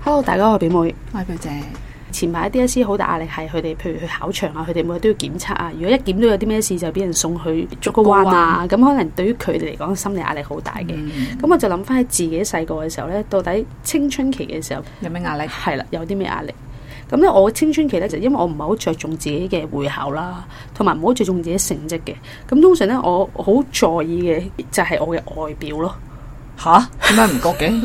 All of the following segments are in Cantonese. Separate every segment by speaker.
Speaker 1: Hello，大家好，我表妹。
Speaker 2: 我係表姐，
Speaker 1: 前排 DSE 好大壓力係佢哋，譬如去考場啊，佢哋每日都要檢測啊。如果一檢到有啲咩事，就俾人送去竹篙灣啊。咁可能對於佢哋嚟講，心理壓力好大嘅。
Speaker 2: 嗯
Speaker 1: 咁我就諗翻喺自己細個嘅時候呢，到底青春期嘅時候
Speaker 2: 有咩壓力？
Speaker 1: 係啦，有啲咩壓力？咁咧，我青春期咧就因為我唔係好着重自己嘅會考啦，同埋唔好着重自己成績嘅。咁通常咧，我好在意嘅就係我嘅外表咯，
Speaker 2: 吓？點解唔覺嘅？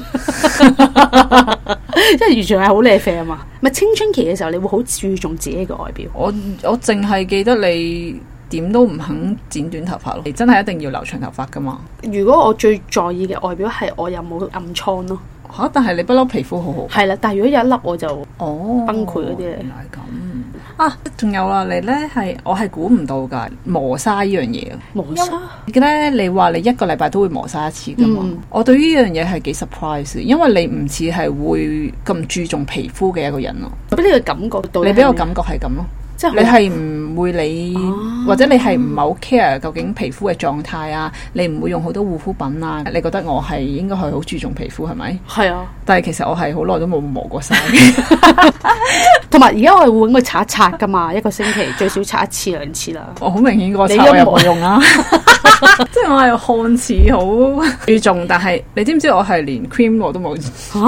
Speaker 1: 即係完全係好靚啡啊嘛。咪青春期嘅時候，你會好注重自己嘅外表。
Speaker 2: 我我淨係記得你點都唔肯剪短頭髮咯，你真係一定要留長頭髮噶嘛？
Speaker 1: 如果我最在意嘅外表係我有冇暗瘡咯，
Speaker 2: 吓、但係你不嬲皮膚好好。
Speaker 1: 係啦。但係如果有一粒我就
Speaker 2: 哦，
Speaker 1: 崩潰嗰啲嚟
Speaker 2: 原來係咁啊！仲有啦，你咧係我係估唔到噶磨砂呢樣嘢。啊
Speaker 1: 冇沙，
Speaker 2: 你記得你話你一個禮拜都會磨砂一次噶嘛？
Speaker 1: 嗯
Speaker 2: 我對於呢樣嘢係幾 surprise，嘅因為你唔似係會咁注重皮膚嘅一個人咯。
Speaker 1: 俾你嘅感覺到
Speaker 2: 你俾我
Speaker 1: 係
Speaker 2: 感覺係咁咯。
Speaker 1: 即係
Speaker 2: 你
Speaker 1: 好
Speaker 2: 係唔會理，
Speaker 1: 哦
Speaker 2: 或者你係唔係好 care 究竟皮膚嘅狀態啊？你唔會用好多護膚品啊？你覺得我係應該係好注重皮膚係咪？
Speaker 1: 係啊。
Speaker 2: 但係其實我係好耐都冇磨過 砂。
Speaker 1: 同埋而家我係會揾佢擦一擦噶 嘛，一個星期最少擦一次兩次啦。
Speaker 2: 我好明顯個擦
Speaker 1: 你
Speaker 2: 我
Speaker 1: 音
Speaker 2: 又
Speaker 1: 樂
Speaker 2: 冇用啊！ 即係我係看似好 注重，但係你知唔知我係連 cream 我都冇？
Speaker 1: 嚇、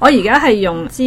Speaker 2: 我而家係用支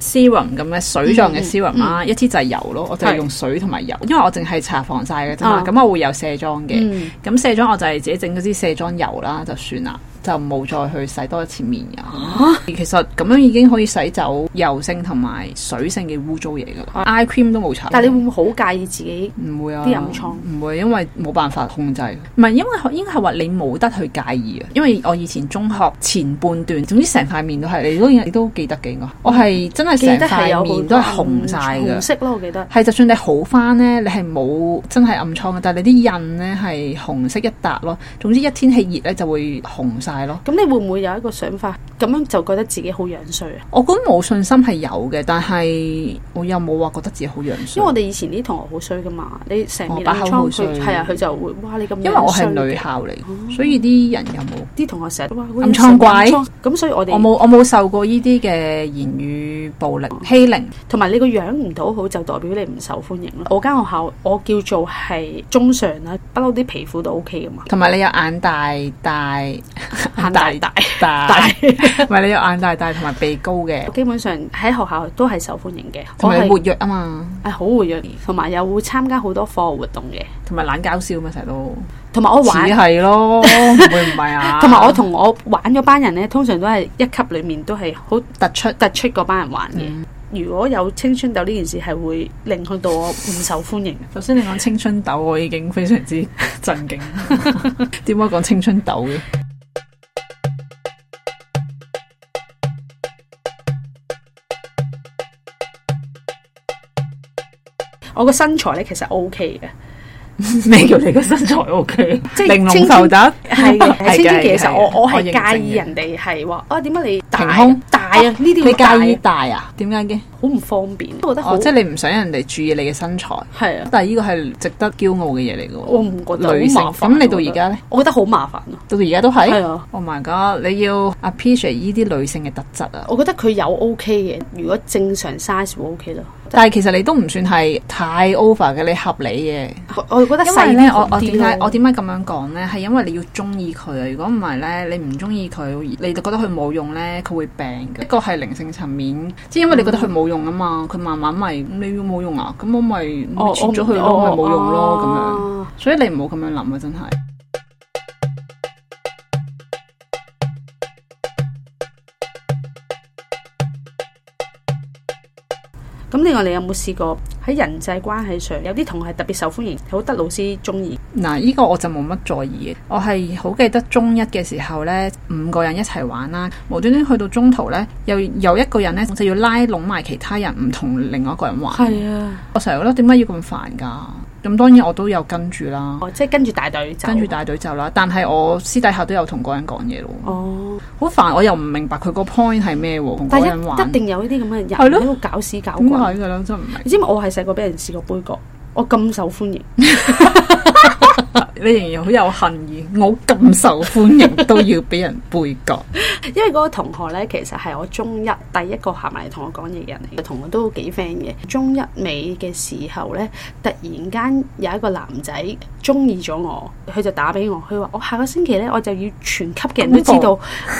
Speaker 2: serum 咁嘅水狀嘅 serum 啦，一支就係油咯，我就嗯係用哦水同埋油，因為我淨係搽防曬嘅啫嘛
Speaker 1: 啊，
Speaker 2: 咁我會有卸妝嘅。
Speaker 1: 嗯
Speaker 2: 咁卸妝我就係自己整咗支卸妝油啦，就算啦，就冇再去洗多一次面㗎。
Speaker 1: 啊
Speaker 2: 其實咁樣已經可以洗走油性同埋水性嘅污糟嘢㗎啦。eye cream 都冇搽。
Speaker 1: 但係你會唔會好介意自己？
Speaker 2: 唔會啊，
Speaker 1: 啲暗瘡
Speaker 2: 唔會，因為冇辦法控制。唔係因為應該係話你冇得去介意啊。因為我以前中學前半段，總之成塊面都係，你都你都記得嘅應該。我係真係
Speaker 1: 記
Speaker 2: 成
Speaker 1: 得係有
Speaker 2: 塊
Speaker 1: 好
Speaker 2: 面
Speaker 1: 多
Speaker 2: 都係紅晒
Speaker 1: 紅
Speaker 2: 嘅。
Speaker 1: 色咯，我記得。
Speaker 2: 係，就算你好翻呢，你係冇真係暗瘡嘅，但係你啲印呢係紅色一笪咯。總之一天氣熱呢就會紅晒咯。
Speaker 1: 咁你會唔會有一個想法，咁樣就覺得自己好樣衰啊？
Speaker 2: 我覺得冇信心係有嘅，但係我又冇話覺得自己好樣
Speaker 1: 因
Speaker 2: 衰
Speaker 1: 為我。哋以前啲同學好衰噶嘛，你成面
Speaker 2: 哦把
Speaker 1: 暗
Speaker 2: 口
Speaker 1: 瘡，
Speaker 2: 好衰
Speaker 1: 佢係啊，佢就會哇你咁樣衰。
Speaker 2: 因為我係女校嚟，所以啲人又冇。
Speaker 1: 啲同學成日都話
Speaker 2: 暗瘡怪，
Speaker 1: 哇咁所以我
Speaker 2: 我
Speaker 1: 哋
Speaker 2: 冇我冇受過呢啲嘅言語暴力欺凌，
Speaker 1: 同埋你個樣唔討好就代表你唔受歡迎咯。我間學校我叫做係中上啦，不嬲啲皮膚都 OK 噶嘛，
Speaker 2: 同埋你有眼大大
Speaker 1: 眼大大
Speaker 2: 大
Speaker 1: 大，
Speaker 2: 唔係你有眼大大同埋鼻高嘅
Speaker 1: 我，基本上喺學校都係受歡迎嘅。
Speaker 2: 同
Speaker 1: 我
Speaker 2: 埋你活
Speaker 1: 係
Speaker 2: 躍啊嘛，
Speaker 1: 係好活躍，同埋又會參加好多課外活動嘅，
Speaker 2: 同埋懶搞笑嘛成日都，
Speaker 1: 同埋我
Speaker 2: 似
Speaker 1: 玩。
Speaker 2: 係咯，唔會唔係啊，
Speaker 1: 同埋我同我玩嗰班人呢，通常都係一級裡面都係好突
Speaker 2: 突出。
Speaker 1: 出嗰班人玩嘅。
Speaker 2: 嗯
Speaker 1: 如果有青春痘呢件事，係會令去到我唔受歡迎。
Speaker 2: 首先你講青春痘，我已經非常之 震 驚。點解講青春痘嘅？
Speaker 1: 我個身材呢，其實 O K 嘅，
Speaker 2: 咩叫你個身材 O K？
Speaker 1: 即係
Speaker 2: 玲瓏
Speaker 1: 青春
Speaker 2: 浮凸，
Speaker 1: 係 嘅。喺青春期嘅時候，我我係
Speaker 2: 認證
Speaker 1: 介意
Speaker 2: 嘅
Speaker 1: 人哋係話啊點解你大
Speaker 2: 平胸
Speaker 1: 大啊？呢啲
Speaker 2: 你
Speaker 1: 會大啊
Speaker 2: 介意大啊？點解嘅？
Speaker 1: 好唔方便，我覺得好
Speaker 2: 哦，即係你唔想人哋注意你嘅身材，
Speaker 1: 係啊，
Speaker 2: 但係呢個係值得驕傲嘅嘢嚟嘅喎。
Speaker 1: 我唔覺得好
Speaker 2: 女性
Speaker 1: 麻煩。
Speaker 2: 咁你到而家咧，
Speaker 1: 我覺得好麻煩啊。
Speaker 2: 到而家都係。
Speaker 1: 係啊。
Speaker 2: Oh my god！你要 appreciate 呢啲女性嘅特質啊，
Speaker 1: 我覺得佢有 OK 嘅，如果正常 size 會 OK 咯。
Speaker 2: 但係其實你都唔算係太 over 嘅，你合理嘅。
Speaker 1: 我我覺得
Speaker 2: 因
Speaker 1: 細
Speaker 2: 為咧，
Speaker 1: 啲
Speaker 2: 我
Speaker 1: 好
Speaker 2: 我
Speaker 1: 啲
Speaker 2: 點解
Speaker 1: 咯
Speaker 2: 我點解咁樣講咧？係因為你要中意佢啊！如果唔係咧，你唔中意佢，你就覺得佢冇用咧，佢會病嘅。一個係靈性層面，即係因為你覺得佢冇用啊嘛，佢慢慢咪你要冇用啊，咁我咪你
Speaker 1: 哦
Speaker 2: 切咗
Speaker 1: 我
Speaker 2: 佢咯，咪冇用咯咁樣。
Speaker 1: 哦
Speaker 2: 所以你唔好咁樣諗啊！真係。
Speaker 1: 咁另外你有冇試過喺人際關係上有啲同學係特別受歡迎，好得老師中意？
Speaker 2: 嗱，呢個我就冇乜在意嘅。我係好記得中一嘅時候呢，五個人一齊玩啦，無端端去到中途呢，又有一個人呢，就要拉攏埋其他人，唔同另外一個人玩。
Speaker 1: 啊，
Speaker 2: 我成日覺得點解要咁煩㗎？咁當然我都有跟住啦，
Speaker 1: 哦，即係跟住大隊走。
Speaker 2: 跟住大隊走啦。但係我私底下都有同嗰個人講嘢咯，
Speaker 1: 哦，
Speaker 2: 好煩。我又唔明白佢個 point 係咩喎？同嗰
Speaker 1: 但
Speaker 2: 個
Speaker 1: 係
Speaker 2: 人
Speaker 1: 一
Speaker 2: 玩
Speaker 1: 一定有呢啲咁嘅人
Speaker 2: 係咯
Speaker 1: 喺度搞屎搞
Speaker 2: 點解
Speaker 1: 怪。
Speaker 2: 㗎啦？真係唔明。
Speaker 1: 你知唔知我係細個俾人試過杯葛，我咁受歡迎，
Speaker 2: 你仍然好有恨意，我咁受歡迎都要俾人背角。
Speaker 1: 因為嗰個同學咧，其實係我中一第一個行埋嚟同我講嘢嘅人嚟，同我都幾 friend 嘅。中一尾嘅時候咧，突然間有一個男仔中意咗我，佢就打俾我，佢話：我下個星期咧，我就要全級嘅人都知道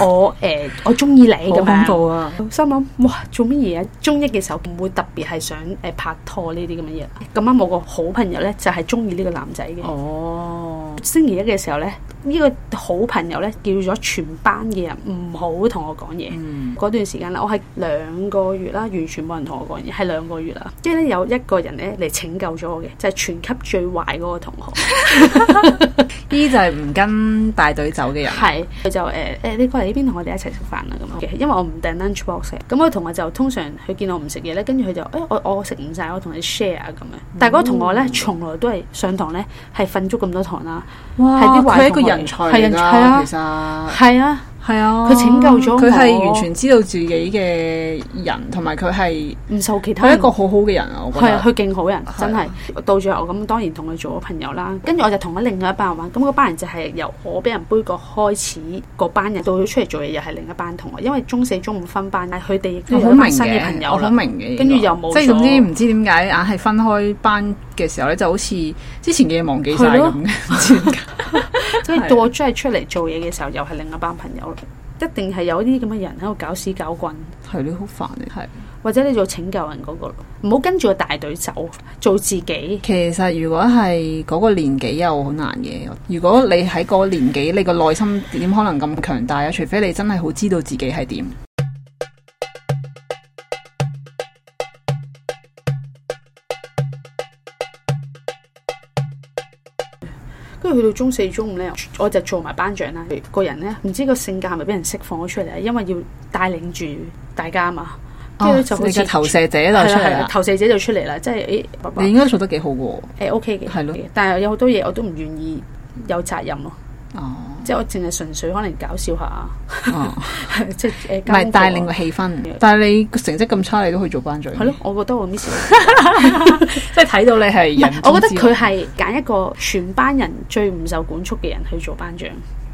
Speaker 1: 我誒、呃我中意你
Speaker 2: 好
Speaker 1: 咁
Speaker 2: 恐
Speaker 1: 樣。
Speaker 2: 怖啊！
Speaker 1: 心諗哇，做乜嘢啊？中一嘅時候唔會特別係想誒拍拖呢啲咁嘅嘢。咁啱我個好朋友咧就係中意呢個男仔嘅。
Speaker 2: 哦，
Speaker 1: 星期一嘅時候咧，呢、個好朋友咧叫咗全班嘅人唔好同我講嘢。
Speaker 2: 嗯，
Speaker 1: 嗰段時間啦，我係兩個月啦，完全冇人同我講嘢，係兩個月啦。跟住咧有一個人咧嚟拯救咗我嘅，就係、全級最壞嗰個同學，
Speaker 2: 呢就係唔跟大隊走嘅人。
Speaker 1: 係佢就誒誒、呃你過嚟呢邊同我哋一齊食飯啦咁樣。因為我唔訂 lunch box 嘅，咁我同學就通常佢見我唔食嘢咧，跟住佢就誒、哎我我食唔晒，我同你 share 啊咁樣。
Speaker 2: 嗯
Speaker 1: 但係嗰個同學咧，從來都係上堂咧係瞓足咁多堂啦，
Speaker 2: 哇
Speaker 1: 係啲壞
Speaker 2: 佢係一個
Speaker 1: 同學
Speaker 2: 人才
Speaker 1: 係
Speaker 2: 嚟
Speaker 1: 人才啊
Speaker 2: 㗎，其實。
Speaker 1: 係啊。
Speaker 2: 係啊，
Speaker 1: 佢拯救咗
Speaker 2: 佢係
Speaker 1: 我
Speaker 2: 完全知道自己嘅人，同埋佢係
Speaker 1: 唔受其他
Speaker 2: 佢係
Speaker 1: 人
Speaker 2: 一個好好嘅人啊！我覺
Speaker 1: 係啊，
Speaker 2: 得
Speaker 1: 佢勁好人，
Speaker 2: 係
Speaker 1: 真係到最後咁，當然同佢做咗朋友啦。跟住我就同咗另外一班人玩，咁嗰班人就係由我俾人杯葛開始，嗰班人到佢出嚟做嘢又係另一班同學，因為中四中五分班，但係佢哋亦都
Speaker 2: 我
Speaker 1: 有
Speaker 2: 好
Speaker 1: 一
Speaker 2: 明
Speaker 1: 班新嘅朋
Speaker 2: 嘅，
Speaker 1: 友
Speaker 2: 我好
Speaker 1: 啦。
Speaker 2: 明嘅。
Speaker 1: 跟住
Speaker 2: 呢個
Speaker 1: 又冇
Speaker 2: 即係
Speaker 1: 咗
Speaker 2: 總之唔知點解硬係分開班嘅時候咧，就好似之前嘅嘢忘記晒
Speaker 1: 係咯
Speaker 2: 咁嘅唔知點解。
Speaker 1: 跟住到我真係出嚟做嘢嘅時候，又係另一班朋友啦。一定係有啲咁嘅人喺度搞屎搞棍，
Speaker 2: 係你好煩嘅，係。
Speaker 1: 或者你做拯救人嗰、個咯，唔好跟住個大隊走，做自己。
Speaker 2: 其實如果係嗰個年紀又好難嘅。如果你喺嗰個年紀，你個內心點可能咁強大啊？除非你真係好知道自己係點。
Speaker 1: 跟住去到中四、中五咧，我就做埋班長啦。個人咧，唔知個性格係咪俾人釋放咗出嚟，啊因為要帶領住大家嘛。跟住
Speaker 2: 哦
Speaker 1: 就好
Speaker 2: 你
Speaker 1: 似
Speaker 2: 嘅投射者就
Speaker 1: 係啦
Speaker 2: 出嚟
Speaker 1: 係啦，
Speaker 2: 啦，
Speaker 1: 投射者就出嚟啦，即係誒爸爸
Speaker 2: 你應該做得幾好嘅喎。
Speaker 1: 誒 OK 嘅，
Speaker 2: 係咯，
Speaker 1: 但係有好多嘢我都唔願意有責任咯，
Speaker 2: 哦，
Speaker 1: 即係我淨係純粹可能搞笑下，
Speaker 2: 哦。
Speaker 1: 即係誒
Speaker 2: 唔係帶領個氣氛，但係你個成績咁差，你都去做班長，
Speaker 1: 係咯，我覺得我 miss 咗
Speaker 2: 即係睇到你係
Speaker 1: 唔係
Speaker 2: 人，
Speaker 1: 我覺得佢係揀一個全班人最唔受管束嘅人去做班長，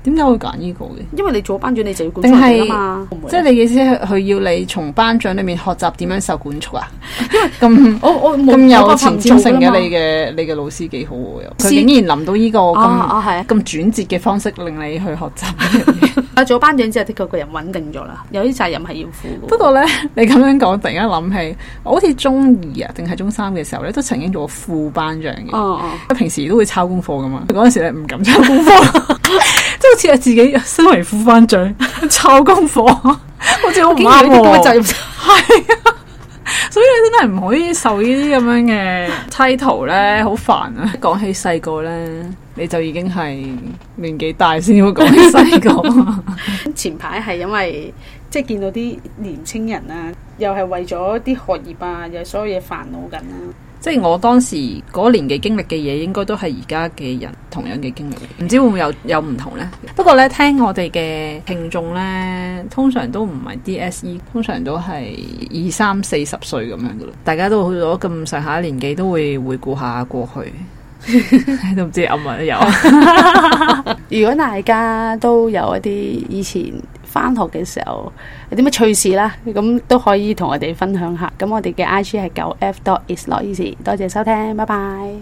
Speaker 2: 點解會揀呢個嘅？
Speaker 1: 因為你做班長你就要管束人㗎嘛，
Speaker 2: 即係你嘅意思係佢要你從班長裏面學習點樣受管束 啊？咁
Speaker 1: 我我冇
Speaker 2: 咁
Speaker 1: 冇辦
Speaker 2: 有
Speaker 1: 法
Speaker 2: 前
Speaker 1: 唔
Speaker 2: 瞻
Speaker 1: 做
Speaker 2: 性
Speaker 1: 㗎
Speaker 2: 嘅
Speaker 1: 嘛
Speaker 2: 你嘅你嘅老師幾好喎，
Speaker 1: 是
Speaker 2: 佢竟然諗到呢個咁
Speaker 1: 啊啊係啊！
Speaker 2: 咁轉折嘅方式令你去學習。
Speaker 1: 啊做班長之後，的確個人穩定咗啦，有啲責任係要負嘅。
Speaker 2: 不過咧，你咁樣講，突然間諗起，我好似中二啊定係中三嘅時候咧，都曾經做過副班長嘅。
Speaker 1: 哦哦，
Speaker 2: 平時都會抄功課噶嘛，嗰陣時咧唔敢抄功課， 即係好似係自己身為副班長 抄功課，好似好唔
Speaker 1: 竟然
Speaker 2: 啱
Speaker 1: 有啲咁嘅責
Speaker 2: 喎。
Speaker 1: 任，
Speaker 2: 所以你真係唔可以受呢啲咁樣嘅 title 咧，好煩啊！講起細個咧，你就已經係年紀大先會講起細 個。
Speaker 1: 前排係因為即係見到啲年青人啊，又係為咗啲學業啊，又所有嘢煩惱緊啊啦。
Speaker 2: 即係我當時嗰年嘅經歷嘅嘢，應該都係而家嘅人同樣嘅經歷嚟，唔知會唔會有有唔同呢？不過呢，聽我哋嘅聽眾呢，通常都唔係 DSE，通常都係二三四十歲咁樣噶啦。大家都去咗咁上下年紀，都會回顧下過去， 都唔知暗啊有。
Speaker 1: 如果大家都有一啲以前翻學嘅時候有啲咩趣事啦，咁都可以同我哋分享下。咁我哋嘅 I G 係九 F dot is not easy。多謝收聽，拜拜。